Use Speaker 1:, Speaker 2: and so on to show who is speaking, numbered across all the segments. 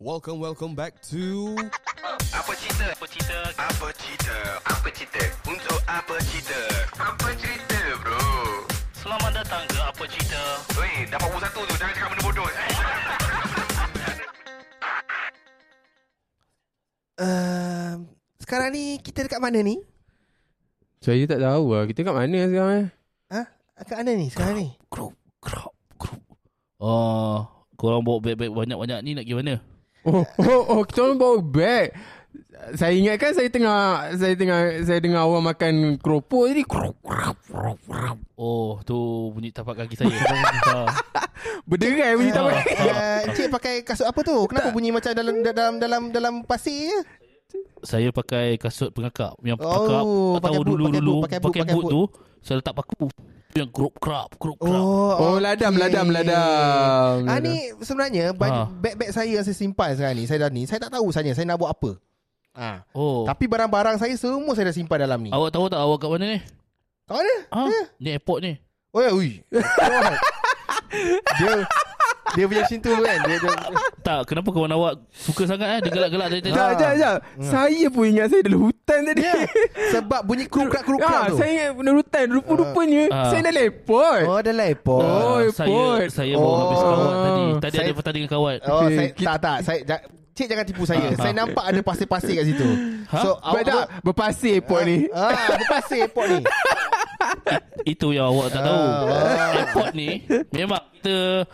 Speaker 1: Welcome, welcome back to
Speaker 2: Apa cerita? Apa cerita? Apa cerita? Apa cerita? Untuk apa cerita? Apa cerita, bro?
Speaker 3: Selamat datang ke Apa Cerita
Speaker 2: Weh, dapat pukul satu tu. Jangan cakap benda bodoh. Eh?
Speaker 4: uh, sekarang ni kita dekat mana ni?
Speaker 5: Saya tak tahu lah Kita kat mana sekarang eh
Speaker 4: Ha? Dekat mana ni sekarang ni?
Speaker 3: Krup, krup, krup Oh, korang bawa beg-beg banyak-banyak ni nak pergi mana?
Speaker 5: Oh, oh, oh kita orang bawa beg Saya ingatkan saya tengah Saya tengah Saya dengar orang makan keropok Jadi krop, krop, krop, krop.
Speaker 3: Oh, tu bunyi tapak kaki saya Ha.
Speaker 5: Berderai bunyi tak boleh
Speaker 4: Uh, Encik pakai kasut apa tu? Kenapa bunyi macam dalam dalam dalam dalam pasir je?
Speaker 3: Saya pakai kasut pengakap Yang
Speaker 4: Oh,
Speaker 3: pengakap tak tahu
Speaker 4: pakai boot, pakai
Speaker 3: dulu-dulu
Speaker 4: boot, pakai boot, pakai boot.
Speaker 3: tu Saya letak paku Tu yang krup, krup, krup, krup
Speaker 5: Oh
Speaker 4: okey.
Speaker 5: ladam ladam ladam
Speaker 4: Ah ni sebenarnya
Speaker 3: Ha.
Speaker 4: ha.
Speaker 5: Ah.
Speaker 4: beg-beg saya yang saya simpan sekarang ni, saya dah ni, saya tak tahu sebenarnya saya nak buat apa. Ha.
Speaker 5: Ah.
Speaker 3: Oh,
Speaker 4: Tapi barang-barang saya semua saya dah simpan dalam ni.
Speaker 5: Oh.
Speaker 3: awak tahu tak awak kat mana ni?
Speaker 4: Kat mana?
Speaker 5: Ah.
Speaker 3: Ha?
Speaker 4: Ya.
Speaker 3: Ni airport ni
Speaker 4: Oh ya, ui. dia dia punya cintu kan. Dia, dia,
Speaker 3: Tak, kenapa kawan awak suka sangat eh? Dia gelak-gelak dari tadi
Speaker 5: Sekejap sekejap sekejap Saya pun ingat saya dalam hutan tadi
Speaker 4: Hmm. Ya. Sebab bunyi
Speaker 5: Ah,
Speaker 4: kruk-krak-kruk-krak tu.
Speaker 5: Saya ingat dalam hutan Rupa-rupanya
Speaker 3: Ah.
Speaker 5: Saya dalam airport
Speaker 4: Oh, dah lepot.
Speaker 5: Oh,
Speaker 3: saya
Speaker 5: airport.
Speaker 3: saya baru
Speaker 4: Oh.
Speaker 3: habis kawat tadi. Tadi
Speaker 4: Saya-
Speaker 3: ada petang dengan kawat.
Speaker 4: Oh,
Speaker 5: Okey,
Speaker 4: saya,
Speaker 5: kita-
Speaker 4: tak tak saya ja, cik jangan tipu saya.
Speaker 3: Ha, ha.
Speaker 4: saya nampak ada pasir-pasir kat situ.
Speaker 3: Ha?
Speaker 4: So
Speaker 5: Betul tak? Berpasir airport ni
Speaker 4: Ah, ada pasir airport ni.
Speaker 3: Itu yang awak tak tahu
Speaker 4: Ah.
Speaker 3: Airport ni Memang kita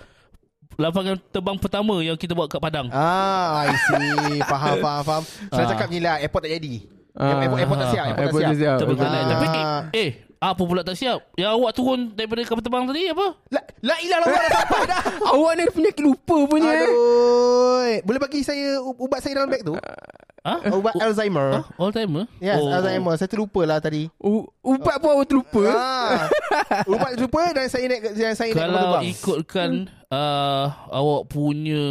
Speaker 3: Lapangan terbang pertama Yang kita buat kat Padang
Speaker 4: Ah, I see. Faham, faham, faham. Saya
Speaker 3: Ah.
Speaker 4: cakap ni lah, airport tak jadi.
Speaker 5: Ah.
Speaker 4: Airport, airport tak siap, airport,
Speaker 5: Airport
Speaker 4: tak
Speaker 5: tak
Speaker 4: siap.
Speaker 5: siap.
Speaker 3: Terbekalai
Speaker 4: Ah.
Speaker 3: Tapi eh, eh Apa pula tak siap Yang awak turun Daripada kapal terbang tadi Apa
Speaker 4: La, la ilah lah, dah sampai dah.
Speaker 5: Awak ni ada penyakit lupa punya eh.
Speaker 4: Aduh. Boleh bagi saya u- ubat saya dalam beg tu?
Speaker 3: Ha?
Speaker 4: Ubat Alzheimer.
Speaker 3: All eh? Oh, timer
Speaker 4: Oh. Yes, Alzheimer. Saya terlupa lah tadi.
Speaker 5: U- Ubat pun awak terlupa
Speaker 4: Ah, ubat terlupa dan saya naik dan saya naik kapal
Speaker 3: Kalau
Speaker 4: terbang. Hmm.
Speaker 3: ikutkan uh, Awak punya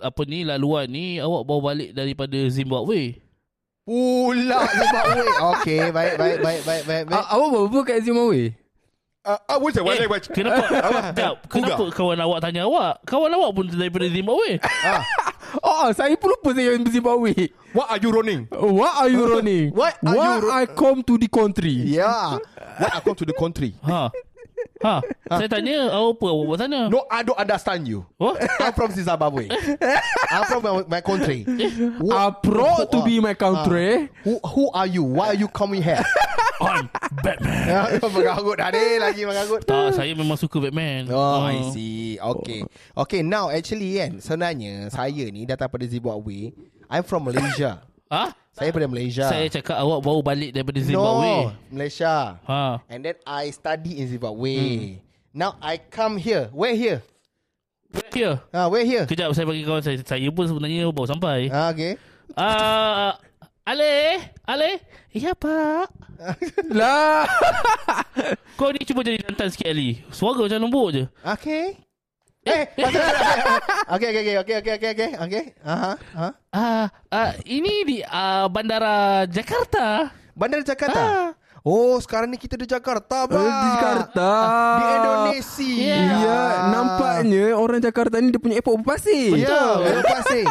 Speaker 3: Apa ni Laluan ni Awak bawa balik Daripada Zimbabwe
Speaker 4: Pula sebab weh. Okey, baik baik baik baik baik. baik.
Speaker 5: A- Awak buat apa kat Zimbabwe?
Speaker 4: Ah, what's that?
Speaker 3: Eh, kenapa Sekejap, Kenapa kawan awak tanya awak Kawan awak pun daripada Zimbabwe
Speaker 5: Oh, saya pun lupa saya yang Zimbabwe.
Speaker 4: What are you running?
Speaker 5: What are you running?
Speaker 4: What are
Speaker 5: Why
Speaker 4: you ru-
Speaker 5: I come to the country?
Speaker 4: Yeah. What I come to the country.
Speaker 3: Ha Ha Saya tanya awak Apa awak buat sana
Speaker 4: No, I don't understand you.
Speaker 3: Oh?
Speaker 4: I'm from Zimbabwe. I'm from my, my country. Who, uh,
Speaker 5: I proud to
Speaker 4: Ah.
Speaker 5: be my country.
Speaker 4: who, who are you? Why are you coming here? Oh,
Speaker 3: I'm Batman
Speaker 4: Ya, mengarut dah ni lagi mengarut.
Speaker 3: Tak, saya memang suka Batman. Ah.
Speaker 4: Oh, I
Speaker 3: Uh-huh.
Speaker 4: see. Okay. Okay, now actually kan, sebenarnya saya ni datang pada Zimbabwe. I'm from Malaysia.
Speaker 3: Ha?
Speaker 4: saya pada Malaysia.
Speaker 3: Saya cakap awak baru balik daripada
Speaker 4: Ya. no,
Speaker 3: Zimbabwe.
Speaker 4: Malaysia.
Speaker 3: Ha.
Speaker 4: And then I study in
Speaker 3: Hmm.
Speaker 4: Zimbabwe. Now I come here. Where here?
Speaker 3: Ya.
Speaker 4: Ah, where here?
Speaker 3: Kejap saya bagi kawan saya. Saya pun sebenarnya baru sampai.
Speaker 4: Ah, okay.
Speaker 3: Ah, Ale, Ale. Ya, Pak.
Speaker 5: Lah.
Speaker 3: Kau ni cuba jadi jantan sikit Ali. Suara macam lembut je.
Speaker 4: Okay. Eh, pasal Okay, okay, okay, okay, okay, okay, okay, okay. Aha, aha.
Speaker 3: Ah, ah ini di ah, bandara Jakarta.
Speaker 4: Bandar Jakarta. Oh, sekarang ni kita di Jakarta, bro.
Speaker 5: Eh, Di Jakarta.
Speaker 4: Ah. Di Indonesia.
Speaker 3: Ya.
Speaker 5: Ya, nampaknya orang Jakarta ni dia punya airport berpasir.
Speaker 4: Ya, terima kasih.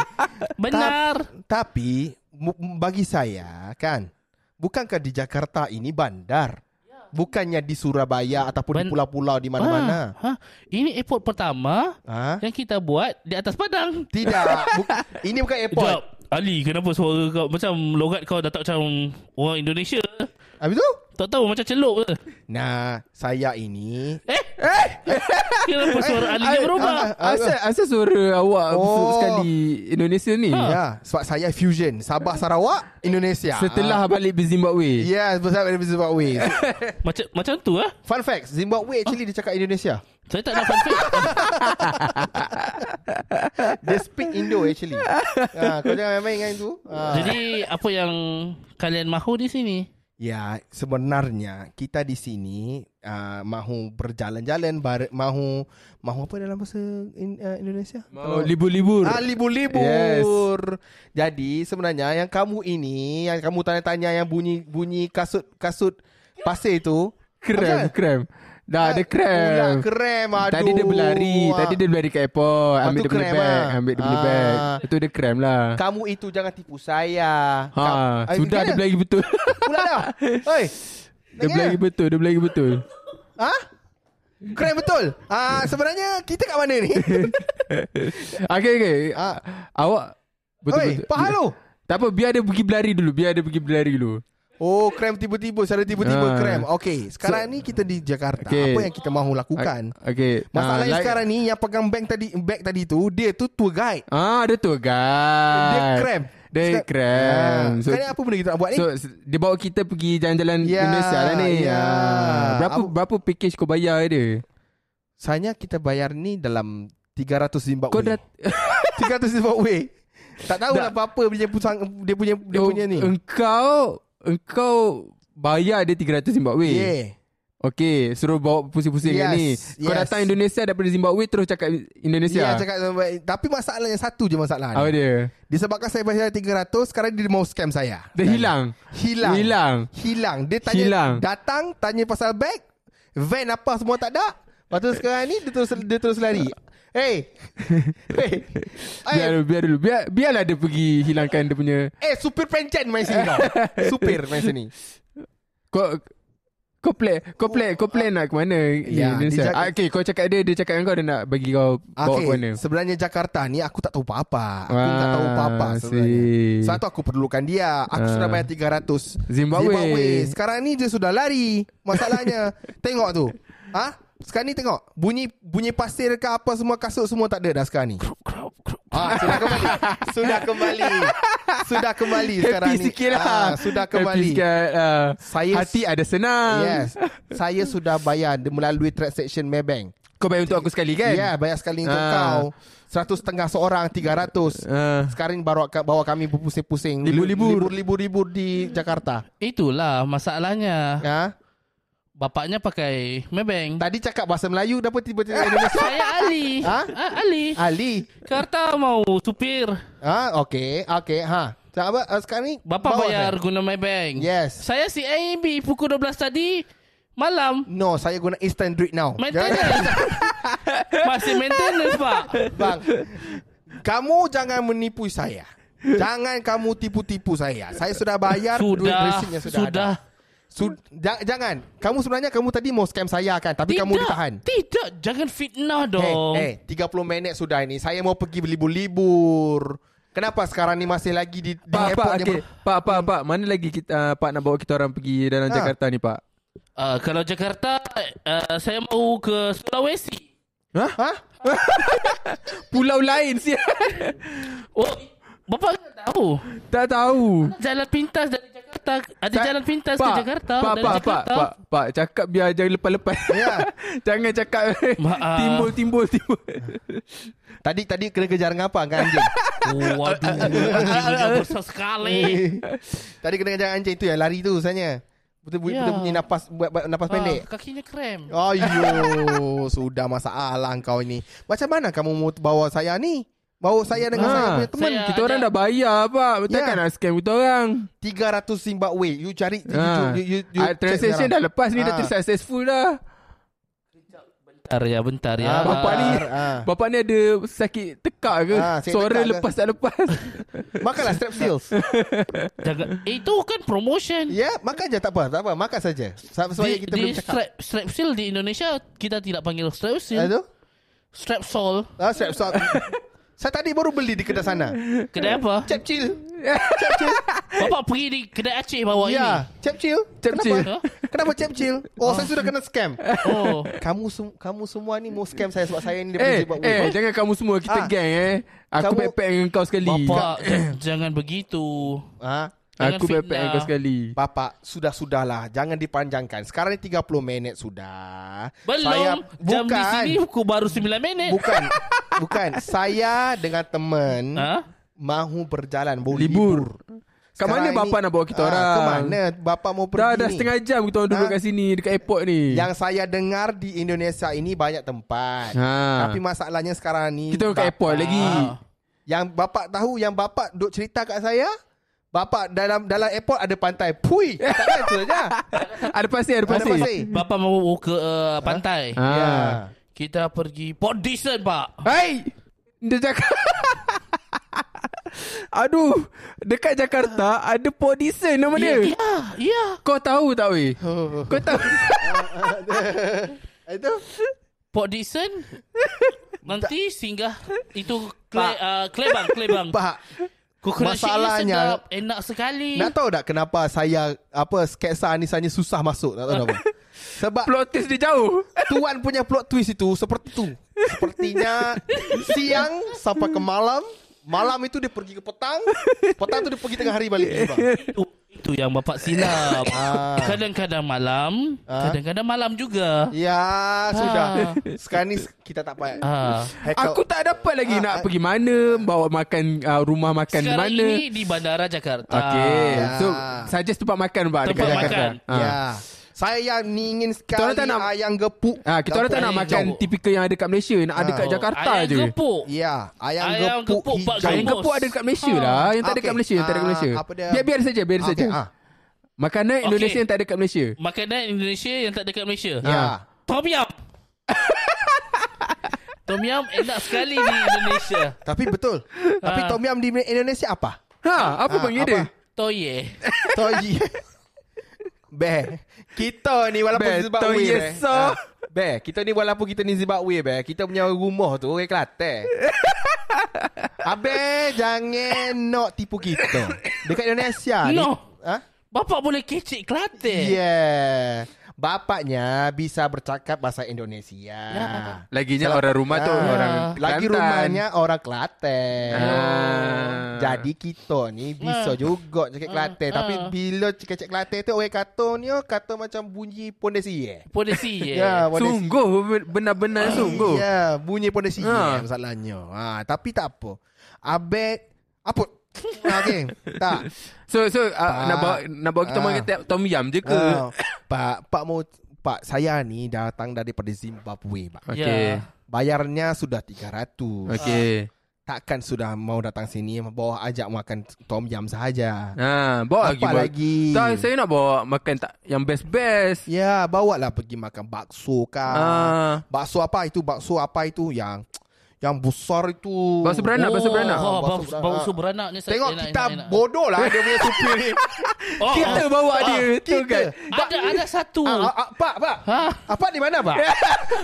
Speaker 3: Benar.
Speaker 4: Ta- tapi mu- bagi saya kan, bukankah di Jakarta ini bandar? Bukannya di Surabaya ataupun di
Speaker 3: Ban-
Speaker 4: pulau-pulau di mana-mana.
Speaker 3: Ha, ha. Ini airport pertama
Speaker 4: Ah.
Speaker 3: yang kita buat di atas padang.
Speaker 4: Tidak. Bu- ini bukan airport.
Speaker 3: Kejap. Ali, kenapa suara kau macam logat kau dah tak macam orang Indonesia?
Speaker 4: Habis tu?
Speaker 3: Tak tahu macam celup ke?
Speaker 4: Nah, saya ini
Speaker 3: Eh? Eh? Kenapa suara Ali dia berubah?
Speaker 4: ah, ah,
Speaker 5: Asal, asal suara awak
Speaker 4: Oh.
Speaker 5: oh. sekali Indonesia ni?
Speaker 4: Ya, sebab saya fusion Sabah Sarawak Indonesia.
Speaker 5: Ya.
Speaker 4: Ya,
Speaker 5: Setelah balik dari Zimbabwe.
Speaker 4: Yes, besar dari Zimbabwe.
Speaker 3: Macam macam tu ah.
Speaker 4: Fun fact, Zimbabwe actually dia cakap Indonesia.
Speaker 3: Saya tak nak fun fact.
Speaker 4: They speak Indo actually. ha, kau jangan main-main dengan tu. Ha.
Speaker 3: Jadi apa yang kalian mahu di sini?
Speaker 4: Ya, sebenarnya kita di sini uh, mahu berjalan-jalan, bar- mahu mahu apa dalam bahasa in, uh, Indonesia?
Speaker 5: Mau
Speaker 4: Kalau-
Speaker 5: Oh, libur-libur.
Speaker 4: Ah, libur-libur.
Speaker 5: Yes.
Speaker 4: Jadi sebenarnya yang kamu ini, yang kamu tanya-tanya yang bunyi bunyi kasut kasut pasir itu Apa?
Speaker 5: Krem, krem. Dah ada
Speaker 4: Ular
Speaker 5: crab.
Speaker 4: krem aduh.
Speaker 5: Ah, Tadi dia berlari
Speaker 4: Ah.
Speaker 5: Tadi dia berlari kat airport
Speaker 4: Lepas
Speaker 5: Ambil
Speaker 4: tu
Speaker 5: dia punya
Speaker 4: cram
Speaker 5: bag
Speaker 4: lah.
Speaker 5: Ambil dia punya
Speaker 4: Ah.
Speaker 5: bag Itu dia cram lah
Speaker 4: Kamu itu jangan tipu saya.
Speaker 5: ha, Sudah dia berlari betul
Speaker 4: Pula dah. Oi.
Speaker 5: Dia berlari betul Dia berlari betul
Speaker 4: Ha? Keren betul. Ah sebenarnya kita kat mana ni?
Speaker 5: Okay okay Ah, Awak
Speaker 4: Oi,
Speaker 5: Betul-betul
Speaker 4: pahalo.
Speaker 5: Tak apa biar dia pergi berlari dulu Biar dia pergi berlari dulu
Speaker 4: Oh, krem tiba-tiba, secara tiba-tiba
Speaker 5: Ah.
Speaker 4: krem. Okey, sekarang ni kita di Jakarta.
Speaker 5: Okay.
Speaker 4: Apa yang kita mahu lakukan?
Speaker 5: Okay
Speaker 4: Masalahnya
Speaker 5: Ah, like-
Speaker 4: sekarang ni yang pegang bank tadi bag tadi tu, dia tu tour guide.
Speaker 5: Ah dia tu guys
Speaker 4: Dia krem.
Speaker 5: Ah, Dia
Speaker 4: Sekarang-
Speaker 5: cram
Speaker 4: Ah,
Speaker 5: so,
Speaker 4: sekarang apa benda kita nak buat ni?
Speaker 5: so s- dia bawa kita pergi jalan-jalan
Speaker 4: Ya,
Speaker 5: Indonesia lah ni
Speaker 4: ya.
Speaker 5: Ah, Berapa
Speaker 4: Ab-
Speaker 5: berapa package kau bayar dia
Speaker 4: Sebenarnya kita bayar ni dalam 300 Zimbabwe.
Speaker 5: Kau dah
Speaker 4: 300 Zimbabwe. Tak tahu
Speaker 5: Dah.
Speaker 4: lah apa-apa dia punya dia punya dia
Speaker 5: Oh,
Speaker 4: punya ni.
Speaker 5: Engkau Engkau Bayar dia 300 Zimbabwe
Speaker 4: Yeah.
Speaker 5: Okay Suruh bawa
Speaker 4: Yes,
Speaker 5: pusing-pusing yes, ni Kau
Speaker 4: yes.
Speaker 5: datang Indonesia Daripada Zimbabwe Terus cakap Indonesia
Speaker 4: Ya, cakap sampai- tapi masalahnya satu je masalah.
Speaker 5: Apa
Speaker 4: ni.
Speaker 5: dia
Speaker 4: Disebabkan saya bayar 300, sekarang dia mau scam saya.
Speaker 5: Dia hilang
Speaker 4: Hilang.
Speaker 5: Hilang
Speaker 4: Hilang. Dia tanya
Speaker 5: Hilang.
Speaker 4: datang tanya pasal bag, van apa semua tak ada. Lepas tu sekarang ni dia terus dia terus lari. Eh. Hey. hey.
Speaker 5: biar,
Speaker 4: hey.
Speaker 5: biar dulu biar, Biarlah dia pergi Hilangkan dia punya
Speaker 4: Eh, supir pencen main sini kau. supir main sini.
Speaker 5: Kau kau plan Kau plan Kau plan nak ke mana
Speaker 4: Ya,
Speaker 5: yeah, Indonesia
Speaker 4: dia cakap-
Speaker 5: ah, Okay kau cakap dia Dia cakap dengan kau Dia nak bagi kau Bawa
Speaker 4: Okay,
Speaker 5: ke mana
Speaker 4: sebenarnya Jakarta ni aku tak tahu apa-apa. Aku tak tahu
Speaker 5: Ah,
Speaker 4: apa-apa sebenarnya.
Speaker 5: see.
Speaker 4: Satu aku perlukan dia. Aku
Speaker 5: Ah.
Speaker 4: sudah bayar 300
Speaker 5: Zimbabwe.
Speaker 4: Sekarang ni dia sudah lari. Masalahnya tengok tu. Ah, sekarang ni tengok. Bunyi bunyi pasir ke apa semua kasut semua tak ada dah sekarang ni. Ah, sudah kembali. Sudah kembali. Sudah kembali sekarang
Speaker 5: Happy
Speaker 4: ni.
Speaker 5: sikit lah
Speaker 4: Ah, sudah
Speaker 5: Happy
Speaker 4: kembali.
Speaker 5: sikit ah.
Speaker 4: Saya-
Speaker 5: Hati ada senang
Speaker 4: Yes. Saya sudah bayar de- melalui transaction Maybank.
Speaker 5: Kau bayar untuk aku sekali kan
Speaker 4: Ya, bayar sekali untuk
Speaker 5: Ah.
Speaker 4: kau. Seratus tengah seorang, tiga ratus.
Speaker 5: Ah.
Speaker 4: Sekarang ni baru bawa kami berpusing-pusing.
Speaker 5: Libur-libur.
Speaker 4: Libur-libur di Jakarta.
Speaker 3: Itulah masalahnya.
Speaker 4: Ya.
Speaker 3: Bapaknya pakai Maybank.
Speaker 4: Tadi cakap bahasa Melayu, dapat tiba-tiba Indonesia.
Speaker 3: Saya Ali.
Speaker 4: Ha?
Speaker 3: Ah, Ali.
Speaker 4: Ali.
Speaker 3: Karta mau supir.
Speaker 4: Ha, okey, okey, ha. Tak apa, ah, sekarang ni
Speaker 3: Bapak
Speaker 4: bawa kan?
Speaker 3: bayar
Speaker 4: saya.
Speaker 3: guna Maybank.
Speaker 4: Yes.
Speaker 3: Saya si AMB pukul 12 tadi malam.
Speaker 4: No, saya guna instant duit now.
Speaker 3: Maintenance. Masih maintenance pak.
Speaker 4: Bang. Kamu jangan menipu saya. Jangan kamu tipu-tipu saya. Saya sudah bayar duit
Speaker 3: Sudah,
Speaker 4: resin yang sudah,
Speaker 3: sudah.
Speaker 4: ada. Sud- ja- jangan. Kamu sebenarnya kamu tadi mau scam saya kan, tapi kamu ditahan.
Speaker 3: Tidak, jangan
Speaker 4: Eh,
Speaker 3: fitnah dong.
Speaker 4: eh, 30 minit sudah ini. Saya mau pergi berlibur-libur. Kenapa sekarang ni masih lagi di, di
Speaker 5: Pak, pak,
Speaker 4: airport yang
Speaker 5: okay.
Speaker 4: ber-
Speaker 5: pak, pak, pak, mana lagi kita, uh, pak nak bawa kita orang pergi dalam
Speaker 4: Ha.
Speaker 5: Jakarta ni, pak?
Speaker 3: Ah, kalau Jakarta, ah, saya mau ke Sulawesi.
Speaker 4: Ha?
Speaker 5: Pulau lain sih.
Speaker 3: Oh, bapak tak tahu.
Speaker 5: tak tahu.
Speaker 3: Jalan pintas dari Jakarta. Ada
Speaker 5: Tak-
Speaker 3: jalan pintas
Speaker 5: pak,
Speaker 3: ke Jakarta
Speaker 5: Pak,
Speaker 3: dari
Speaker 5: pak, pak,
Speaker 3: Jakarta.
Speaker 5: pak, pak, cakap biar jangan lepas-lepas.
Speaker 4: Ya.
Speaker 5: jangan cakap
Speaker 3: Maaf.
Speaker 5: timbul, timbul, timbul.
Speaker 4: Tadi tadi kena kejar dengan apa dengan anjing?
Speaker 3: Oh, waduh, anjingnya besar
Speaker 4: Eh,
Speaker 3: sekali.
Speaker 4: tadi kena kejar anjing tu yang lari tu sebenarnya. Betul bunyi,
Speaker 3: Ya.
Speaker 4: betul bunyi nafas buat, buat nafas pendek. Oh.
Speaker 3: Ah, kakinya krem.
Speaker 4: Ayo, sudah masalah kau ini. Macam mana kamu mau bawa saya ni? Bawa saya dengan
Speaker 5: Ha.
Speaker 4: saya punya teman
Speaker 5: Teman,
Speaker 3: Saya
Speaker 5: kita
Speaker 3: ada-
Speaker 5: orang dah bayar, pak. Takkan
Speaker 4: Ya.
Speaker 5: nak scam kita orang.
Speaker 4: 300 Zimbabwe. You cari you,
Speaker 5: Ha.
Speaker 4: you, you, you
Speaker 5: Ah, transaction dah lepas ni, dah
Speaker 4: Ha.
Speaker 5: successful dah.
Speaker 3: Bentar ya, bentar ya.
Speaker 4: Ah,
Speaker 5: Bapak ni,
Speaker 4: Ah.
Speaker 5: bapak ni ada sakit tekak ke?
Speaker 4: Ah, sakit
Speaker 5: Suara
Speaker 4: tekak ke?
Speaker 5: lepas tak lepas.
Speaker 4: Makanlah strap seals.
Speaker 3: Jangan, itu kan promotion.
Speaker 4: ya, makan je tak apa, tak apa. Makan saja. Sebab sebab
Speaker 3: di,
Speaker 4: kita
Speaker 3: di
Speaker 4: belum cakap.
Speaker 3: strap, strap seal di Indonesia kita tidak panggil strap seal.
Speaker 4: Ah, tu?
Speaker 3: Strap sol.
Speaker 4: Ah, strap seals. Saya tadi baru beli di kedai sana.
Speaker 3: Kedai apa?
Speaker 4: Cap chill.
Speaker 3: Bapak pergi di kedai Aceh bawa
Speaker 4: Ya, cap chill.
Speaker 5: Cap
Speaker 4: Kenapa?
Speaker 5: chill.
Speaker 4: Kenapa cap chill? Oh, saya sudah kena scam.
Speaker 3: ini. Oh.
Speaker 4: Kamu sem- kamu semua ni mau scam saya sebab saya ni daripada
Speaker 5: Eh,
Speaker 4: Zimbabwe.
Speaker 5: eh, jangan kamu semua kita
Speaker 4: Ah.
Speaker 5: geng eh. Aku
Speaker 4: Kamu-
Speaker 5: backpack dengan kau sekali.
Speaker 3: Bapak j- jangan begitu.
Speaker 4: Ha?
Speaker 3: jangan
Speaker 5: Aku backpack dengan
Speaker 3: fitnah.
Speaker 4: lah.
Speaker 5: kau sekali.
Speaker 4: Bapak, sudah-sudahlah. Jangan dipanjangkan. Sekarang ni 30 minit sudah.
Speaker 3: Belum jam di sini aku baru 9 minit.
Speaker 4: Bukan. bukan. Saya dengan teman
Speaker 3: Ha?
Speaker 4: mahu berjalan. Mau libur.
Speaker 5: Libur. Kat
Speaker 4: Sekarang
Speaker 5: mana
Speaker 4: ni-
Speaker 5: bapak nak bawa kita
Speaker 4: Ah,
Speaker 5: orang?
Speaker 4: Ke mana bapak mau pergi
Speaker 5: Dah, dah
Speaker 4: ni?
Speaker 5: setengah jam kita orang duduk
Speaker 4: Ah.
Speaker 5: kat sini dekat airport ni.
Speaker 4: Yang saya dengar di Indonesia ini banyak tempat.
Speaker 5: Ha.
Speaker 4: Tapi masalahnya sekarang ni
Speaker 5: kita orang kat
Speaker 4: bapak-
Speaker 5: airport lagi.
Speaker 4: Yang bapak tahu yang bapak duk cerita kat saya Bapak dalam dalam airport ada pantai. Pui. Takkan tu saja.
Speaker 5: Ada pasir, ada
Speaker 4: Ah. Ada
Speaker 5: pasir.
Speaker 4: pasir.
Speaker 3: Bapa mau ke uh, pantai.
Speaker 5: Ah.
Speaker 4: Ya.
Speaker 3: Kita pergi Port Dixon, Pak.
Speaker 5: Hai Dia cakap Aduh Dekat Jakarta Ada podisen nama
Speaker 3: Ya,
Speaker 5: dia
Speaker 3: ya, ya.
Speaker 5: Kau tahu tak weh
Speaker 4: Oh.
Speaker 5: Kau tahu
Speaker 4: Itu
Speaker 3: Port Dixon. Nanti singgah itu kle, uh, klebang, klebang.
Speaker 4: Pak
Speaker 3: Kukurashi
Speaker 4: masalahnya-
Speaker 3: sedap, enak sekali.
Speaker 4: Nak tahu tak kenapa saya apa sketsa Anis hanya susah masuk tak tahu kenapa. Sebab
Speaker 5: Plot twist dia jauh
Speaker 4: tuan punya plot twist itu seperti tu. Sepertinya siang sampai ke malam, malam itu dia pergi ke petang, petang tu dia pergi tengah hari balik bang.
Speaker 3: Itu, itu yang bapak silap.
Speaker 4: Ah.
Speaker 3: Kadang-kadang malam,
Speaker 4: Ah.
Speaker 3: kadang-kadang malam juga.
Speaker 4: Ya sudah.
Speaker 3: Ah.
Speaker 4: Sekarang ni kita tak payah.
Speaker 3: Ah.
Speaker 4: Hack
Speaker 5: Aku
Speaker 4: out.
Speaker 5: tak dapat lagi
Speaker 4: Ah,
Speaker 5: Nak
Speaker 4: ah.
Speaker 5: pergi mana Bawa makan ah, Rumah makan
Speaker 3: Sekarang
Speaker 5: mana
Speaker 3: ini di bandara Jakarta.
Speaker 5: Okay
Speaker 4: Ah.
Speaker 5: So Suggest tempat makan pak Dekat
Speaker 3: Tempat
Speaker 5: Jakarta
Speaker 3: makan.
Speaker 5: Ah.
Speaker 4: Ya. Saya ni ingin sekali
Speaker 5: orang tak nak-
Speaker 4: ayam gepuk.
Speaker 5: Ah, kita orang tak nak
Speaker 3: Kampung
Speaker 5: makan
Speaker 3: hijau.
Speaker 5: tipikal yang ada kat Malaysia Nak ada kat
Speaker 4: Ah.
Speaker 3: Oh,
Speaker 5: Jakarta
Speaker 3: ayam
Speaker 5: je
Speaker 3: gepuk.
Speaker 4: Ya, ayam,
Speaker 3: Ayam gepuk
Speaker 4: gepuk,
Speaker 3: Pak
Speaker 4: hijau.
Speaker 5: Yang
Speaker 3: Gembos.
Speaker 5: gepuk ada kat Malaysia
Speaker 3: Ah.
Speaker 5: lah Yang tak ada
Speaker 4: Okay.
Speaker 5: kat Malaysia Yang tak ada kat
Speaker 4: Ah,
Speaker 5: Malaysia
Speaker 4: apa dia-
Speaker 5: Biar biar saja Biar saja
Speaker 4: Okey, ah.
Speaker 5: Makanan Indonesia
Speaker 3: Okey.
Speaker 5: yang tak ada kat Malaysia
Speaker 3: Makanan Indonesia yang tak dekat Malaysia.
Speaker 4: Ya.
Speaker 5: Ah.
Speaker 3: Tom Yum. Tom Yum enak sekali di Indonesia.
Speaker 4: Tapi betul. Tapi
Speaker 5: Ah.
Speaker 4: tom yum di Indonesia apa?
Speaker 5: Ha, apa
Speaker 4: Ah,
Speaker 5: panggil
Speaker 4: apa?
Speaker 5: dia?
Speaker 3: Toye.
Speaker 4: Toyi. Beh, kita ni walaupun
Speaker 5: Beh,
Speaker 4: Zimbabwe
Speaker 5: toy
Speaker 4: beh.
Speaker 5: so.
Speaker 4: Ah, Beh, kita ni walaupun kita ni Zimbabwe beh, kita punya rumah tu orang Kelantan. Abeh jangan nak tipu kita. Dekat Indonesia ni.
Speaker 3: No. Eh.
Speaker 4: Ha?
Speaker 3: Bapak boleh kecek
Speaker 4: Ya.
Speaker 3: Kelantan.
Speaker 4: Yeah. Bapaknya bisa bercakap bahasa Indonesia.
Speaker 5: Laginya
Speaker 4: Salah.
Speaker 5: orang rumah tu
Speaker 4: Ah.
Speaker 5: orang
Speaker 4: Lagi
Speaker 5: Kelantan.
Speaker 4: rumahnya orang Kelantan.
Speaker 5: Ah.
Speaker 4: Jadi kita ni bisa
Speaker 3: Ah.
Speaker 4: juga cakap Kelantan.
Speaker 3: Ah.
Speaker 4: Tapi bila cakap Kelantan tu orang kata ni oh, kata macam bunyi pondesi eh.
Speaker 3: Polisi ye.
Speaker 4: Ya, pondesi.
Speaker 5: Sungguh benar-benar sungguh.
Speaker 4: Ya, bunyi pondesi
Speaker 5: Ah.
Speaker 4: eh, masalahnya. Ha, tapi tak apa. Abet apa? Ah, Okey, tak.
Speaker 5: So so uh, nak bawa nak bawa kita
Speaker 4: Ah.
Speaker 5: makan tiap tom yum je ke?
Speaker 4: Ah, Pak Pak mau Pak saya ni datang daripada Zimbabwe, Pak.
Speaker 5: Okey.
Speaker 3: Ya.
Speaker 4: Bayarnya sudah 300.
Speaker 5: Okey.
Speaker 4: Takkan sudah mau datang sini bawa ajak makan tom yam sahaja.
Speaker 5: Ha, bawa lagi.
Speaker 4: Apa
Speaker 5: bawa-
Speaker 4: lagi?
Speaker 5: Tak, saya nak bawa makan tak yang best-best.
Speaker 4: Ya, bawa lah pergi makan bakso kah.
Speaker 5: Ah.
Speaker 4: Bakso apa itu? Bakso apa itu yang yang besar itu?
Speaker 5: Bakso beranak, bakso beranak.
Speaker 4: Bakso
Speaker 3: Oh, bakso,
Speaker 4: beranak. Ah.
Speaker 3: bakso beranak ni saya
Speaker 4: Tengok
Speaker 3: enak,
Speaker 4: kita
Speaker 3: enak, enak.
Speaker 4: bodoh lah dia punya supir ni.
Speaker 3: Oh,
Speaker 5: Ah, Kita
Speaker 3: oh.
Speaker 5: bawa dia tu
Speaker 4: kita.
Speaker 5: kan.
Speaker 3: Ada ada satu.
Speaker 4: Ah, ah, ah, pak, pak.
Speaker 3: Ha?
Speaker 4: Apa di mana, pak?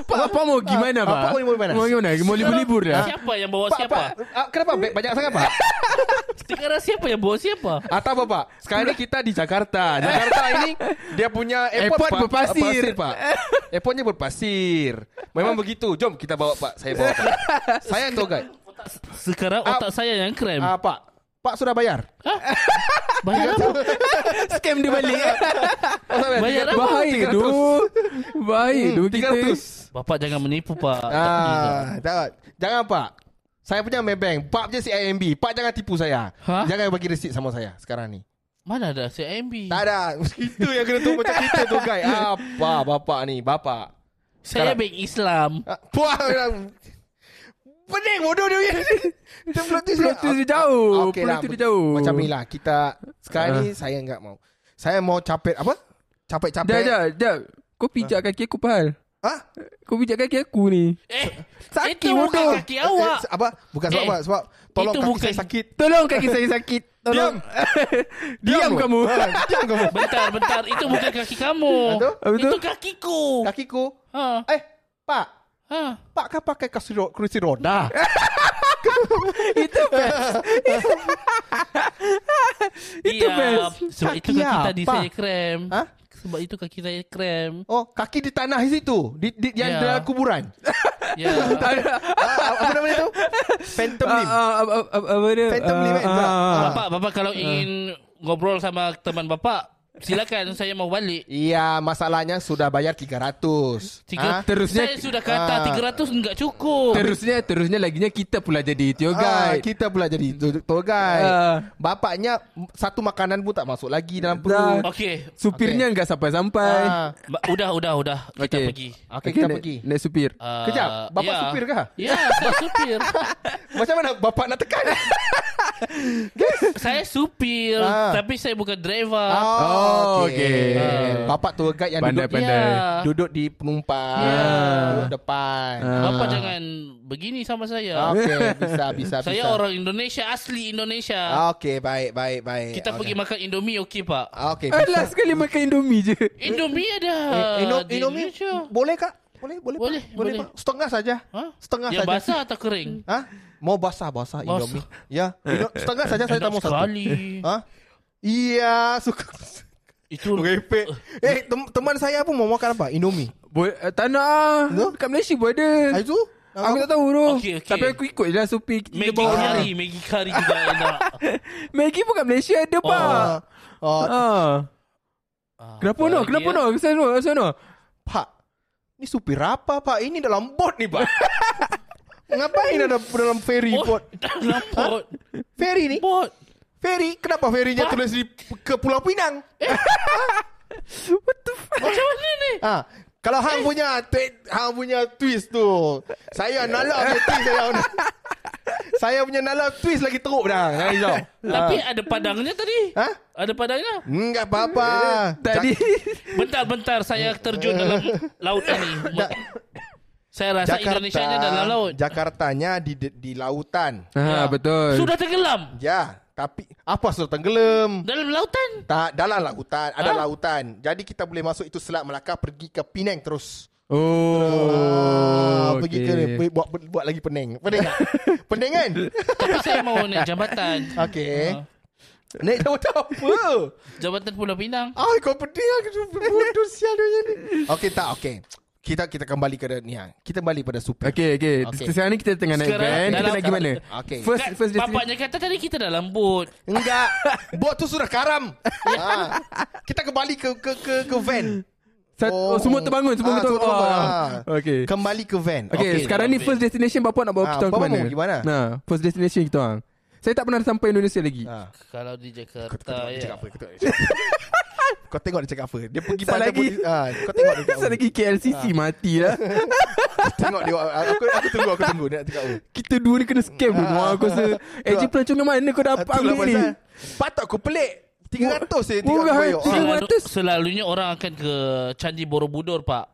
Speaker 5: Pak apa mau
Speaker 4: Ah,
Speaker 5: gimana, Pak?
Speaker 4: Pak mau gimana?
Speaker 5: Mau gimana? Mau libur-libur dah.
Speaker 3: Siapa yang bawa
Speaker 4: ya? Pak,
Speaker 3: siapa?
Speaker 4: pak. Ah, kenapa beg banyak sangat, pak?
Speaker 3: Sekarang siapa yang bawa siapa?
Speaker 4: Atau apa, pak? Sekarang ni kita di Jakarta. Jakarta ini dia punya airport,
Speaker 5: Airport
Speaker 4: pak.
Speaker 5: berpasir.
Speaker 4: Pasir, pak. Airportnya berpasir. Memang begitu. Jom kita bawa, pak. Saya bawa, pak. Saya tour guide.
Speaker 3: Sekarang otak saya yang krem.
Speaker 4: Ah, pak. Pak sudah bayar?
Speaker 3: Bayar apa?
Speaker 5: Scam dia balik.
Speaker 4: Oh, sampai
Speaker 3: Bayar
Speaker 4: tiga-
Speaker 3: apa?
Speaker 5: Bahaya tu. Bahaya tu kita.
Speaker 4: 300.
Speaker 3: Bapak jangan menipu, Pak.
Speaker 4: Ah, tak. Jangan pak. Saya punya Maybank. Pak je CIMB. Pak jangan tipu saya.
Speaker 3: Ha?
Speaker 4: Jangan bagi resit sama saya sekarang ni.
Speaker 3: Mana ada CIMB?
Speaker 4: Tak ada. Itu yang kena tu macam kita tu guys. Apa bapak ni? Bapak.
Speaker 3: Saya
Speaker 4: Sekarang-
Speaker 3: baik Islam.
Speaker 4: Ah, Puah. orang. Pening bodoh dia. punya. Dia plot twist
Speaker 5: Plot twist dia jauh.
Speaker 4: Okey
Speaker 5: Plot
Speaker 4: lah.
Speaker 5: twist dia jauh. Ah.
Speaker 4: Macam ni lah. Kita sekarang ni saya enggak mau. Saya mau capek apa? Capek-capek.
Speaker 5: Jap, jap, jap. Kau pijak kaki aku, Pahal.
Speaker 4: Hah?
Speaker 5: Kau pijak kaki aku ni.
Speaker 3: Eh,
Speaker 5: Sakit
Speaker 3: itu bukan
Speaker 5: bodoh.
Speaker 3: kaki awak.
Speaker 4: Eh, apa? Bukan sebab
Speaker 3: Eh,
Speaker 4: apa? Sebab tolong
Speaker 3: itu
Speaker 4: kaki
Speaker 3: bukan-
Speaker 4: saya sakit.
Speaker 5: Tolong kaki saya sakit. Tolong. Diam
Speaker 4: lu.
Speaker 5: kamu.
Speaker 4: Ah, Diam kamu.
Speaker 3: Bentar, bentar. Itu bukan kaki kamu.
Speaker 4: Betul?
Speaker 5: Betul?
Speaker 3: Itu kakiku.
Speaker 4: Kakiku.
Speaker 3: Ha.
Speaker 4: Eh, Pak.
Speaker 3: Ha.
Speaker 4: Pak kan pakai kursi, ro- kursi roda.
Speaker 5: Itu
Speaker 3: Ya,
Speaker 5: best.
Speaker 3: Sebab itu
Speaker 4: Kaki
Speaker 3: kaki tadi
Speaker 4: apa?
Speaker 3: saya krem.
Speaker 4: Ha?
Speaker 3: Sebab itu kaki saya krem.
Speaker 4: Oh, kaki di tanah di situ. Di, di, yang
Speaker 3: Ya.
Speaker 4: dalam kuburan.
Speaker 3: Ya.
Speaker 4: Ah, apa namanya tu? Phantom
Speaker 5: Ah,
Speaker 4: limb.
Speaker 5: ah, ah, ah, ah, Apa dia?
Speaker 4: Phantom
Speaker 2: eh,
Speaker 5: Ah,
Speaker 4: limb kan?
Speaker 5: ah,
Speaker 4: Tak.
Speaker 5: ah.
Speaker 4: Ah.
Speaker 3: Bapak, bapak kalau ingin ngobrol sama teman bapak, Silakan saya mau balik.
Speaker 2: Ya, masalahnya sudah bayar 300. Ha?
Speaker 3: Tiga,
Speaker 5: Terusnya-
Speaker 3: saya sudah kata
Speaker 2: Ah.
Speaker 3: 300 enggak cukup.
Speaker 5: Terusnya terusnya laginya kita pula jadi tour
Speaker 2: Ah,
Speaker 5: guide.
Speaker 2: kita pula jadi tu- tour guide.
Speaker 5: Ah.
Speaker 2: Bapaknya m- satu makanan pun tak masuk lagi dalam
Speaker 5: Dah.
Speaker 2: perut.
Speaker 3: Okey.
Speaker 5: Supirnya enggak sampai-sampai.
Speaker 2: Ah.
Speaker 3: Ba- Udah, udah, udah. Kita
Speaker 5: Okey.
Speaker 3: pergi.
Speaker 2: Okey, kita
Speaker 5: naik-
Speaker 2: pergi.
Speaker 5: Naik supir.
Speaker 3: Ah,
Speaker 2: Kejap, bapak
Speaker 3: ya.
Speaker 2: supir kah?
Speaker 3: Ya, saya supir.
Speaker 2: Macam mana bapak nak tekan?
Speaker 3: saya supir,
Speaker 2: Ah.
Speaker 3: tapi saya bukan driver.
Speaker 5: Oh, okey.
Speaker 2: Ah. Bapak tour guide yang
Speaker 5: Pandai,
Speaker 2: duduk
Speaker 5: pandai.
Speaker 3: Ya.
Speaker 2: duduk di penumpang, duduk depan.
Speaker 3: Bapa jangan begini sama saya.
Speaker 2: Ah. Okey, bisa bisa
Speaker 3: saya
Speaker 2: bisa.
Speaker 3: orang Indonesia, asli Indonesia.
Speaker 5: Eh,
Speaker 2: Okey, baik baik baik.
Speaker 3: Kita
Speaker 2: Okey. Ah.
Speaker 3: pergi makan Indomie okey pak?
Speaker 2: Okey.
Speaker 5: Alah sekali makan Indomie je.
Speaker 3: Indomie ada
Speaker 2: Eh, Ino-
Speaker 3: di
Speaker 2: Indomie
Speaker 3: Indonesia.
Speaker 2: boleh kak? Boleh boleh
Speaker 3: Boleh,
Speaker 2: pak.
Speaker 3: boleh.
Speaker 2: Pak. Setengah saja.
Speaker 3: Ha?
Speaker 2: Setengah saja.
Speaker 3: Yang basah atau kering?
Speaker 2: Ha? Mau basah basah
Speaker 3: Basah.
Speaker 2: Indomie. Ya,
Speaker 5: Eh.
Speaker 2: Ino- setengah saja saya tak
Speaker 3: Enak
Speaker 2: mau satu.
Speaker 3: sekali.
Speaker 2: Ha? Iya, suka.
Speaker 3: Itu
Speaker 2: Merepek. Eh, tem- teman saya pun mau makan apa? Indomie.
Speaker 5: Bo- eh, tak nak ah.
Speaker 2: Betul?
Speaker 5: Dekat Malaysia pun ada.
Speaker 2: Ah, Itu?
Speaker 5: Aku tak tahu tu.
Speaker 3: Okey, okey.
Speaker 5: Tapi aku ikut je lah supir. Kita
Speaker 3: Maggi
Speaker 5: bawa orang.
Speaker 3: kari, Maggi kari juga enak.
Speaker 5: Maggi bukan Malaysia ada pak.
Speaker 2: Ah. Oh,
Speaker 5: Ah.
Speaker 3: Ah,
Speaker 5: Kenapa
Speaker 3: apa
Speaker 5: no?
Speaker 3: lagi,
Speaker 5: Kenapa
Speaker 3: ya?
Speaker 5: no? Kenapa no? Kenapa no?
Speaker 2: Pak Ni supir apa pak Ini dalam bot ni pak Ngapain ada dalam ferry
Speaker 3: Oh,
Speaker 2: bot
Speaker 3: dalam pot.
Speaker 2: Ferry ni
Speaker 3: Pot.
Speaker 2: Ferry Kenapa ferrynya
Speaker 3: Pak.
Speaker 2: tulis di Ke Pulau Pinang
Speaker 3: Macam mana ni?
Speaker 2: ha. Kalau Hang punya tweet, Hang punya twist tu Saya nalak punya twist saya Saya punya nalak twist lagi teruk dah Jangan risau
Speaker 3: Tapi ada padangnya tadi.
Speaker 2: Ha?
Speaker 3: Ada padangnya.
Speaker 2: Enggak apa-apa
Speaker 5: Tadi
Speaker 3: Bentar-bentar saya terjun dalam lautan ni.
Speaker 2: Ja-
Speaker 3: Saya rasa Indonesia ni dalam laut.
Speaker 2: Jakartanya di, di, di lautan
Speaker 5: Ha betul.
Speaker 3: Ya. Sudah tenggelam.
Speaker 2: Ya Tapi Apa sudah tenggelam
Speaker 3: Dalam lautan.
Speaker 2: Tak, dalam lautan. Ada
Speaker 5: Ah.
Speaker 3: Ha?
Speaker 2: lautan. Jadi kita boleh masuk itu Selat Melaka pergi ke Penang terus.
Speaker 5: Oh.
Speaker 2: Ah, pergi ke
Speaker 5: okey.
Speaker 2: pergi buat buat lagi Penang. Penang. tak? Penang kan?
Speaker 3: Tapi saya mau naik jambatan.
Speaker 2: Okey.
Speaker 3: Ah.
Speaker 2: Naik tahu tak apa?
Speaker 3: Jambatan Pulau Pinang.
Speaker 2: Ah, kau pedih
Speaker 5: lah.
Speaker 2: aku bodoh sial dia ni. Okey tak, okey. Kita kita kembali ke ni. ah. Kita kembali pada super.
Speaker 5: Okey, okey.
Speaker 2: Okey.
Speaker 5: Sekarang ni kita tengah naik
Speaker 3: Sekarang
Speaker 5: van. Kita
Speaker 3: dalam-
Speaker 5: nak pergi mana?
Speaker 2: Okey.
Speaker 5: First
Speaker 3: Kat-
Speaker 5: first destination.
Speaker 3: Bapaknya kata tadi kita dalam bot.
Speaker 2: Enggak. Bot tu sudah karam. ha. Kita kembali ke ke ke, ke van.
Speaker 5: Sat- oh, semua terbangun, semua
Speaker 2: Ah,
Speaker 5: betul.
Speaker 2: semua terbangun.
Speaker 5: Ah.
Speaker 2: Ah.
Speaker 5: Okey.
Speaker 2: Kembali ke van.
Speaker 5: Okey,
Speaker 3: Okey,
Speaker 5: sekarang ni
Speaker 3: okey.
Speaker 5: first destination bapak nak bawa
Speaker 2: Ah,
Speaker 5: kita orang ke
Speaker 2: bapak
Speaker 5: mana?
Speaker 2: mau pergi mana?
Speaker 5: Nah, first destination kita orang. Saya tak pernah sampai Indonesia lagi.
Speaker 2: Ah.
Speaker 3: Kalau di
Speaker 2: Kau tengok
Speaker 3: Jakarta
Speaker 2: dia
Speaker 3: ya.
Speaker 2: cakap apa Kau tengok dia cakap apa. Kau tengok dia cakap apa Dia pergi
Speaker 5: Sat
Speaker 2: mana
Speaker 5: lagi.
Speaker 2: pun ah, Kau tengok dia cakap
Speaker 5: Saya
Speaker 2: apa
Speaker 5: lagi KLCC
Speaker 2: Ah.
Speaker 5: mati lah.
Speaker 2: Tengok dia aku, aku tunggu Aku tunggu Dia nak cakap apa
Speaker 5: kita dua ni kena scam dulu.
Speaker 2: Ah.
Speaker 5: Ah, aku rasa. Eh,
Speaker 2: Itulah.
Speaker 5: je pelancong mana kau dapat
Speaker 2: Itulah
Speaker 5: ambil ni?
Speaker 2: pasal Patut aku pelik 300 je Tiga
Speaker 5: Murah,
Speaker 2: aku bayar
Speaker 5: tiga-
Speaker 2: Ah.
Speaker 3: Selalu,
Speaker 5: 300.
Speaker 3: selalunya orang akan ke Candi Borobudur pak.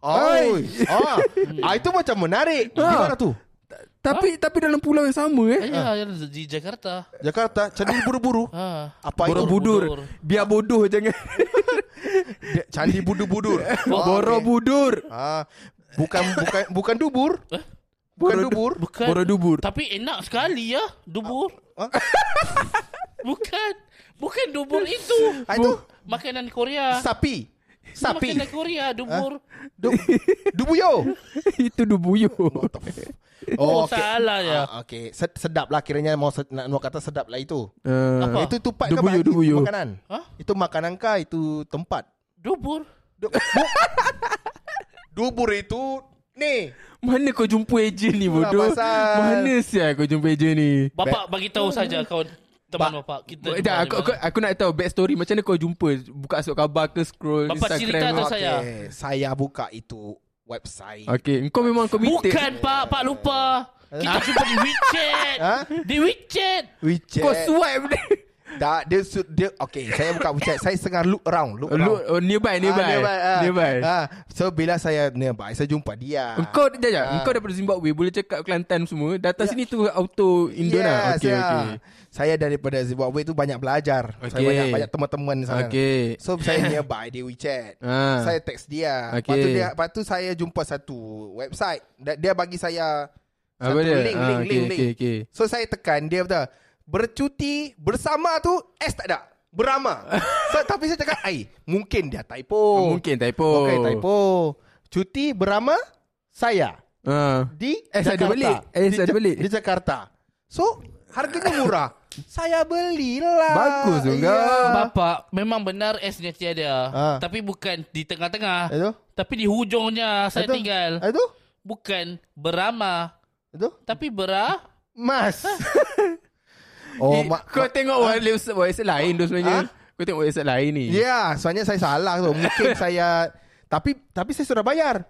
Speaker 2: Oi. Ah. Ah, Itu macam menarik Di
Speaker 5: Ah.
Speaker 2: mana tu
Speaker 5: Tapi tapi dalam pulau yang sama eh.
Speaker 3: Ya, ya di Jakarta.
Speaker 2: Jakarta Candi Buru-Buru
Speaker 3: Ha.
Speaker 2: Apa itu
Speaker 3: Borobudur.
Speaker 5: Borobudur. Biar bodoh jangan.
Speaker 2: Dia- Candi Budu-Budur Ah,
Speaker 5: Borobudur.
Speaker 2: okey. Ah, Bukan bukan bukan dubur
Speaker 3: Eh?
Speaker 2: Bukan
Speaker 5: Borodu-
Speaker 2: dubur
Speaker 3: Bukan.
Speaker 5: Borobudur.
Speaker 3: Tapi enak sekali ya dubur.
Speaker 2: Ah.
Speaker 3: Bukan. Bukan dubur itu.
Speaker 2: Ah, Itu
Speaker 3: Makanan Korea.
Speaker 2: Sapi Sapi
Speaker 3: Makanan Korea dubur.
Speaker 2: Du- Dubuyo
Speaker 5: Itu dubuyo.
Speaker 3: Oh,
Speaker 2: okey.
Speaker 3: salah ya.
Speaker 2: Ah, okay. Sed- sedap lah kiranya mau se- nak, nak kata sedap lah itu.
Speaker 5: Ah.
Speaker 3: Apa?
Speaker 2: Itu tupat ke
Speaker 5: Dubuyu,
Speaker 2: Pak? Itu
Speaker 5: dubuyu.
Speaker 2: makanan?
Speaker 3: Ha?
Speaker 2: Itu makanan kah? Itu tempat?
Speaker 3: Dubur.
Speaker 2: Du- bu- Dubur itu ni.
Speaker 5: Mana kau jumpa ejen ni
Speaker 2: Itulah
Speaker 5: bodoh?
Speaker 2: pasal.
Speaker 5: Mana sial kau jumpa ejen ni?
Speaker 3: Bapak bagi tahu saja kawan teman bapak kita.
Speaker 5: Eh,
Speaker 3: jumpa
Speaker 5: Dah,
Speaker 3: di
Speaker 5: aku,
Speaker 3: mana.
Speaker 5: aku, aku nak tahu back story macam mana kau jumpa buka surat khabar ke scroll
Speaker 3: Bapak cerita
Speaker 5: Instagram.
Speaker 3: atas
Speaker 5: ke?
Speaker 3: saya.
Speaker 2: Eh, saya buka itu website.
Speaker 5: Okey, kau memang committed.
Speaker 3: Bukan pak, pak lupa. Kita jumpa di WeChat.
Speaker 2: Ha?
Speaker 3: Di WeChat.
Speaker 2: WeChat.
Speaker 5: Kau swipe dia.
Speaker 2: Tak, dia, su- dia okay, saya buka WeChat. saya setengah look around, look
Speaker 5: Lu,
Speaker 2: around.
Speaker 5: oh, nearby, nearby.
Speaker 2: Ah, nearby. ah.
Speaker 5: nearby.
Speaker 2: Ah, so bila saya nearby, saya jumpa dia.
Speaker 5: Engkau jajak,
Speaker 2: Ah. Ya.
Speaker 5: engkau daripada Zimbabwe boleh cakap Kelantan semua. Datang sini tu auto Indona.
Speaker 2: Yes,
Speaker 5: ah. okey,
Speaker 2: yeah.
Speaker 5: okey.
Speaker 2: Saya daripada Zimbabwe tu banyak belajar. Saya
Speaker 5: Okey.
Speaker 2: banyak banyak teman-teman sana.
Speaker 5: Okey.
Speaker 2: So saya nearby dia WeChat.
Speaker 5: Ah.
Speaker 2: Saya text dia.
Speaker 5: Okey.
Speaker 2: Lepas tu dia lepas tu saya jumpa satu website. Dia, dia bagi saya
Speaker 5: Apa
Speaker 2: satu
Speaker 5: dia?
Speaker 2: link,
Speaker 5: Ah,
Speaker 2: link,
Speaker 5: okey,
Speaker 2: link, link.
Speaker 5: okey, okey.
Speaker 2: So saya tekan dia betul. Bercuti bersama tu S tak ada. Berama. so, tapi saya cakap, "Ai, mungkin dia typo."
Speaker 5: Ah, Mungkin typo.
Speaker 2: Okey, typo. Cuti berama saya
Speaker 5: Ah.
Speaker 2: di
Speaker 5: Eh,
Speaker 2: Jakarta.
Speaker 5: ada balik. Eh,
Speaker 2: Di
Speaker 5: ada
Speaker 2: Ja-
Speaker 5: balik.
Speaker 2: Di Jakarta. So Harganya murah. Saya belilah.
Speaker 5: Bagus juga.
Speaker 3: Bapak memang benar esnya tiada.
Speaker 2: Ha.
Speaker 3: Tapi bukan di tengah-tengah.
Speaker 2: Itu?
Speaker 3: Tapi di hujungnya saya
Speaker 2: Itu?
Speaker 3: tinggal.
Speaker 2: Ah, Itu?
Speaker 3: Bukan berama.
Speaker 2: Itu?
Speaker 3: Tapi bera.
Speaker 2: Mas. oh, ha?
Speaker 5: Eh,
Speaker 2: mak.
Speaker 5: Kau tengok website, website lain tu
Speaker 2: Ah?
Speaker 5: sebenarnya. Kau tengok website lain
Speaker 2: Ya,
Speaker 5: ni.
Speaker 2: yeah, soalnya saya salah tu. Mungkin saya tapi tapi saya sudah bayar.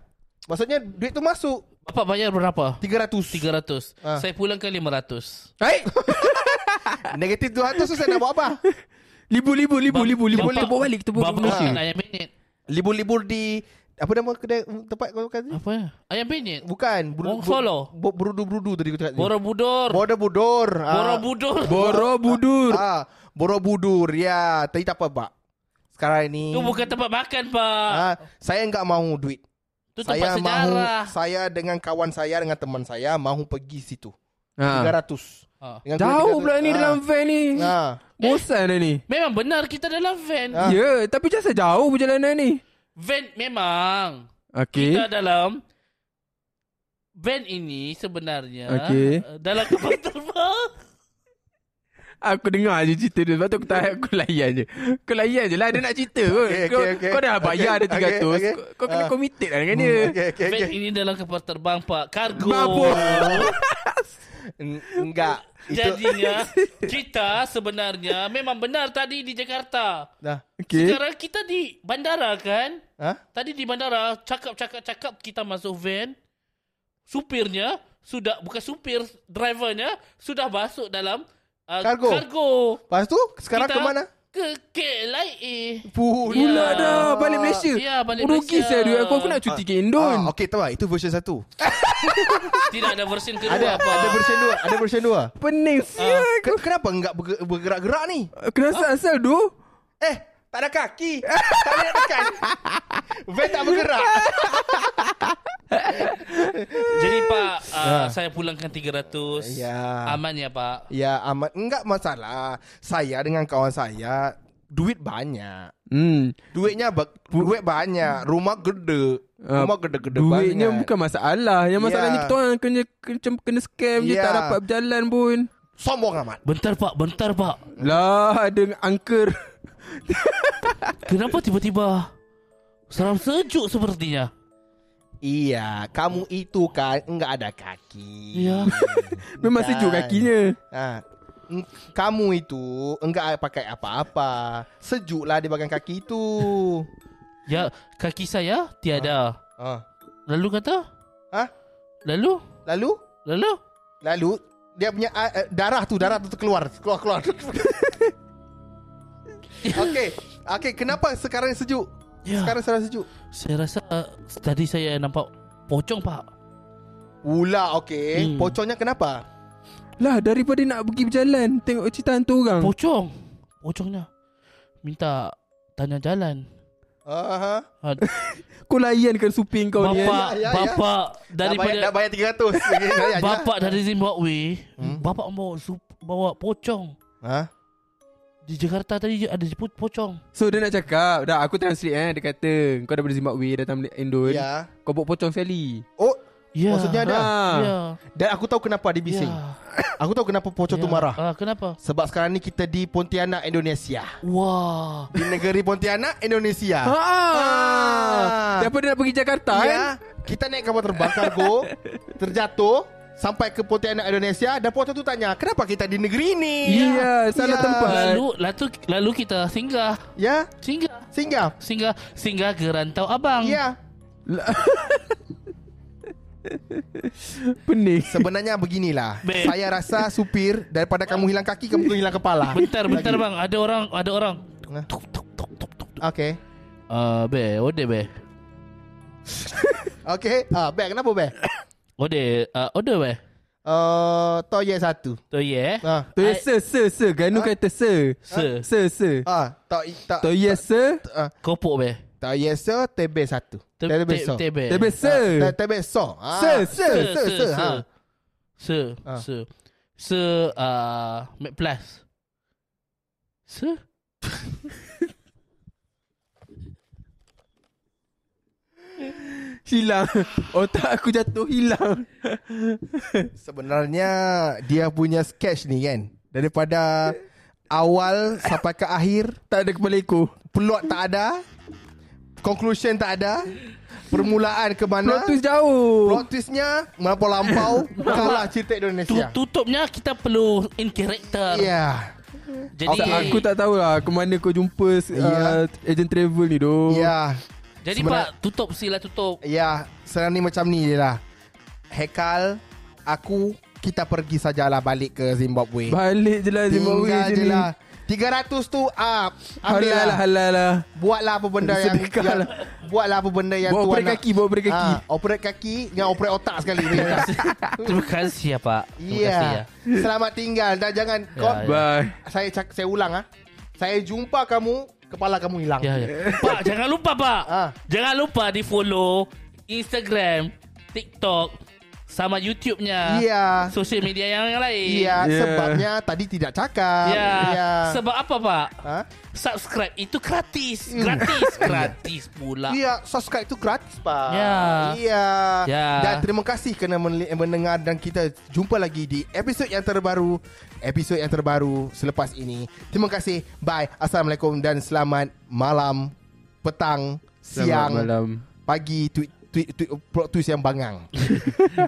Speaker 2: Maksudnya duit tu masuk
Speaker 3: Bapak bayar berapa?
Speaker 2: 300.
Speaker 3: 300.
Speaker 2: Ha.
Speaker 3: Saya pulangkan 500.
Speaker 2: Hai. Negatif 200 tu saya nak buat apa?
Speaker 5: Libu, libu, libu,
Speaker 3: Bap-
Speaker 5: libu, libu.
Speaker 3: bapak-
Speaker 5: Tepuk balik, tepuk
Speaker 3: Bapak
Speaker 2: ha.
Speaker 5: balik.
Speaker 3: makan ayam penyet.
Speaker 2: Libur-libur di apa nama kedai tempat kau makan ni?
Speaker 3: Apa ya? Ayam penyet.
Speaker 2: Bukan
Speaker 3: Wong Solo.
Speaker 2: bu- Berudu-berudu tadi kau cakap ni.
Speaker 3: Borobudur.
Speaker 2: Borobudur. ah.
Speaker 3: Borobudur.
Speaker 5: Borobudur.
Speaker 2: Ah, Borobudur. Ya, tadi tak apa, Pak. Sekarang ni
Speaker 3: Itu bukan tempat makan, Pak.
Speaker 2: Hmm. ah, saya enggak mahu duit.
Speaker 3: Itu tempat
Speaker 2: Saya mahu
Speaker 3: sejarah.
Speaker 2: saya dengan kawan saya dengan teman saya mahu pergi situ. Ah.
Speaker 5: Ha.
Speaker 2: 300.
Speaker 3: Ha.
Speaker 2: Dengan
Speaker 5: Jauh
Speaker 2: kulit
Speaker 5: pula ni
Speaker 2: Ah.
Speaker 5: dalam van ni.
Speaker 2: Ah.
Speaker 5: Bosan dah ni.
Speaker 3: Memang benar kita dalam van.
Speaker 2: Ah.
Speaker 5: Ya, tapi jasa jauh perjalanan ni.
Speaker 3: Van memang.
Speaker 2: Eh?
Speaker 5: Okey.
Speaker 3: Kita dalam van ini sebenarnya
Speaker 5: Okey.
Speaker 3: eh, dalam kapal terbang.
Speaker 5: Aku dengar je cerita dia. Lepas tu aku tak aku layan je. Kau layan je lah. Dia nak cerita kot.
Speaker 2: Okey,
Speaker 5: kau,
Speaker 2: okey, okey.
Speaker 5: kau dah bayar
Speaker 2: Okey,
Speaker 5: dia 300.
Speaker 2: okey, okey.
Speaker 5: Kau, kau kena
Speaker 2: Ah.
Speaker 5: committed lah dengan dia.
Speaker 2: Hmm, okay, okay,
Speaker 3: Van
Speaker 2: okay.
Speaker 3: ini dalam kapal terbang pak. Kargo.
Speaker 5: Mampus.
Speaker 2: N- Enggak. Itu
Speaker 3: Jadinya kita sebenarnya memang benar tadi di Jakarta.
Speaker 2: dah.
Speaker 5: Okey.
Speaker 3: Sekarang kita di bandara kan?
Speaker 2: Ha?
Speaker 3: Tadi di bandara cakap-cakap-cakap kita masuk van. Supirnya sudah bukan supir, drivernya sudah masuk dalam uh,
Speaker 2: Kargo.
Speaker 3: kargo.
Speaker 2: Lepas tu sekarang
Speaker 3: Kita
Speaker 2: ke mana?
Speaker 3: Ke KLIA.
Speaker 5: Pula
Speaker 3: Ya.
Speaker 5: dah balik Malaysia.
Speaker 3: Ya, balik
Speaker 5: Rugi
Speaker 3: Malaysia.
Speaker 5: saya duit aku. Aku nak cuti
Speaker 2: Ah,
Speaker 5: ke Indon.
Speaker 2: okay, tahu tak? Itu version satu.
Speaker 3: Tidak ada version kedua
Speaker 2: Ada,
Speaker 3: apa.
Speaker 2: ada version dua. Ada version dua.
Speaker 5: Pening
Speaker 3: Ah.
Speaker 5: sia.
Speaker 2: Ke- Kenapa enggak berge- bergerak-gerak ni?
Speaker 5: Kenapa asal tu?
Speaker 2: Eh, tak ada kaki. tak boleh nak tekan. Van tak bergerak.
Speaker 3: Jadi Pak, uh, saya pulangkan
Speaker 2: Ha.
Speaker 3: 300.
Speaker 2: Ya.
Speaker 3: Aman ya Pak?
Speaker 2: ya, amat. Enggak masalah. Saya dengan kawan saya, duit banyak.
Speaker 5: Hmm.
Speaker 2: Duitnya ba- duit banyak, rumah gede.
Speaker 5: Ah,
Speaker 2: Rumah gede-gede banyak.
Speaker 5: Duitnya bukan masalah. Yang masalahnya
Speaker 2: kan? Ya.
Speaker 5: kita orang kena kena, kena scam je
Speaker 2: Ya.
Speaker 5: tak dapat berjalan pun.
Speaker 2: sombong amat.
Speaker 3: Bentar Pak, bentar Pak.
Speaker 5: Lah ada angker.
Speaker 3: Kenapa tiba-tiba seram sejuk sepertinya?
Speaker 2: Iya, kamu itu kan enggak ada kaki.
Speaker 3: Ya.
Speaker 5: Memang sejuk
Speaker 2: Kan.
Speaker 5: kakinya.
Speaker 2: Ha. N- Kamu itu enggak pakai apa-apa. Sejuklah di bagian kaki itu.
Speaker 3: Ya, kaki saya tiada.
Speaker 2: Ha.
Speaker 3: Lalu kata?
Speaker 2: Hah?
Speaker 3: Lalu?
Speaker 2: Lalu,
Speaker 3: Lalu?
Speaker 2: lalu dia punya ah, eh, darah tu, darah tu terkeluar, keluar keluar. Okey. Okey, kenapa sekarang sejuk?
Speaker 3: Ya.
Speaker 2: Sekarang sekarang sejuk.
Speaker 3: Saya rasa uh, tadi saya nampak pocong Pak.
Speaker 2: Ula okey.
Speaker 3: Hmm.
Speaker 2: Pocongnya kenapa?
Speaker 5: Lah daripada nak pergi berjalan tengok cerita hantu orang.
Speaker 3: Pocong. Pocongnya minta tanya jalan.
Speaker 2: Aha.
Speaker 3: Ha,
Speaker 5: Kau layankan suping kau ni.
Speaker 3: bapak,
Speaker 2: ya, ya, ya.
Speaker 3: bapak
Speaker 2: Dah
Speaker 3: daripada
Speaker 2: bayar dah bayar 300. Okey, saya aja.
Speaker 3: Bapak dari Zimbabwe hmm? Bapak bawa, sup- bawa pocong
Speaker 2: Ha?
Speaker 3: Di Jakarta tadi ada po- pocong
Speaker 5: So dia nak cakap Dah aku translate eh Dia kata Kau daripada Zimbabwe Datang beli Indon
Speaker 2: Ya.
Speaker 5: Kau bawa pocong sekali
Speaker 2: Oh,
Speaker 3: Ya
Speaker 2: Maksudnya ada? Ah.
Speaker 3: Ya
Speaker 2: Dan aku tahu kenapa dia bising.
Speaker 3: Ya.
Speaker 2: Aku tahu kenapa pocong
Speaker 3: Ya.
Speaker 2: tu marah.
Speaker 3: ah, Kenapa?
Speaker 2: Sebab sekarang ni kita di Pontianak, Indonesia.
Speaker 3: Wah
Speaker 2: Di negeri Pontianak,
Speaker 5: ha.
Speaker 2: Indonesia. Ya. Ah.
Speaker 5: Daripada nak pergi Jakarta kan
Speaker 2: Ya, kita naik kapal terbang kargo, terjatuh sampai ke Pontianak, Indonesia. Dan pocong tu tanya, kenapa kita di negeri ini?
Speaker 5: Ya,
Speaker 2: Kan.
Speaker 5: salah tempat.
Speaker 3: Lalu lalu, lalu kita singgah
Speaker 2: Ya,
Speaker 3: Singgah
Speaker 2: singgah.
Speaker 3: Singgah Singgah ke Rantau Abang
Speaker 2: Ya,
Speaker 5: Pening
Speaker 2: sebenarnya beginilah.
Speaker 3: Babe.
Speaker 2: Saya rasa supir daripada kamu hilang kaki, kamu tu hilang kepala.
Speaker 3: Bentar bentar bang Ada orang Ada orang
Speaker 2: Nah.
Speaker 3: Tuk tuk tuk tuk tuk
Speaker 2: Okay.
Speaker 3: Ah, Be Ode be
Speaker 2: Okay. Ah, Bek, kenapa Bek?
Speaker 3: Ode ah, Ode be
Speaker 2: Uh, toyek satu.
Speaker 3: Tu ye eh.
Speaker 2: Ah.
Speaker 5: Tu ya se se se Ganu
Speaker 2: Ha?
Speaker 5: kata se
Speaker 3: Se
Speaker 5: Se se
Speaker 2: Ah, tak tak
Speaker 5: Tu ya se
Speaker 2: ah.
Speaker 3: Kopok be
Speaker 2: Tak yeso TB satu.
Speaker 3: Te-
Speaker 2: TB
Speaker 3: te-
Speaker 2: so.
Speaker 3: Tebe
Speaker 5: Tapi se
Speaker 2: Ah, TB so. Ah.
Speaker 5: Se se
Speaker 3: Se
Speaker 2: se,
Speaker 3: se
Speaker 2: ha.
Speaker 3: se
Speaker 2: Ah.
Speaker 3: se se ah Mac Plus se
Speaker 5: Hilang Otak aku jatuh hilang
Speaker 2: Sebenarnya dia punya sketch ni kan daripada awal sampai ke akhir
Speaker 5: Tak ada kepala ekor
Speaker 2: plot tak ada conclusion tak ada permulaan ke
Speaker 5: Plot
Speaker 2: mana
Speaker 5: twist jauh
Speaker 2: plot twistnya melampau-lampau kalah cerita
Speaker 3: Tu,
Speaker 2: Indonesia.
Speaker 3: tutupnya kita perlu in character. Yeah.
Speaker 2: Ya.
Speaker 3: Jadi
Speaker 5: Tak, Aku tak tahulah Ke mana kau jumpa uh,
Speaker 2: Ya.
Speaker 5: Agent travel ni doh
Speaker 2: Ya.
Speaker 3: jadi
Speaker 2: sebenar-
Speaker 3: pak tutup sila tutup.
Speaker 2: Ya, sekarang ni macam ni je lah. Hekal, aku kita pergi sajalah balik ke Zimbabwe.
Speaker 5: Balik je lah Zimbabwe
Speaker 2: Tinggal
Speaker 5: je
Speaker 2: je
Speaker 5: ni
Speaker 2: lah. 300 tu up. Ambil
Speaker 5: Halal lah
Speaker 2: lah.
Speaker 5: Halal lah
Speaker 2: Buatlah apa benda yang,
Speaker 5: Sedekah
Speaker 2: yang
Speaker 5: lah.
Speaker 2: buatlah apa benda yang
Speaker 5: Bawa
Speaker 2: tuan
Speaker 5: operate
Speaker 2: nak.
Speaker 5: kaki, bawa operate kaki.
Speaker 2: Ah, operate kaki dengan operate otak sekali.
Speaker 3: Terima kasih ya pak. Terima kasih ya.
Speaker 2: Ya. Selamat tinggal dan jangan kau,
Speaker 3: Ya.
Speaker 5: Bye
Speaker 2: saya cak, saya ulang ah. Saya jumpa kamu, kepala kamu hilang.
Speaker 3: Ya, ya. Pak jangan lupa pak.
Speaker 2: Ah.
Speaker 3: Jangan lupa di follow Instagram, TikTok, sama YouTube-nya.
Speaker 2: Ya.
Speaker 3: Sosial media yang, yang lain.
Speaker 2: Iya,
Speaker 5: Ya.
Speaker 2: sebabnya tadi tidak cakap.
Speaker 3: Ya.
Speaker 2: Ya.
Speaker 3: Sebab apa pak?
Speaker 2: Ha? Hmm.
Speaker 3: Subscribe itu gratis, gratis, gratis pula.
Speaker 2: Ya, subscribe tu gratis pak.
Speaker 3: Ya.
Speaker 2: Ya.
Speaker 3: Ya.
Speaker 2: Dan
Speaker 5: Ah.
Speaker 2: terima kasih kerana menli- mendengar dan kita jumpa lagi di episod yang terbaru, episod yang terbaru selepas ini. Terima kasih. Bye. Assalamualaikum dan selamat malam, petang, siang,
Speaker 5: Selamat malam
Speaker 2: pagi, tweet tweet tweet plot twist yang bangang.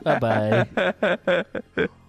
Speaker 3: Bye bye.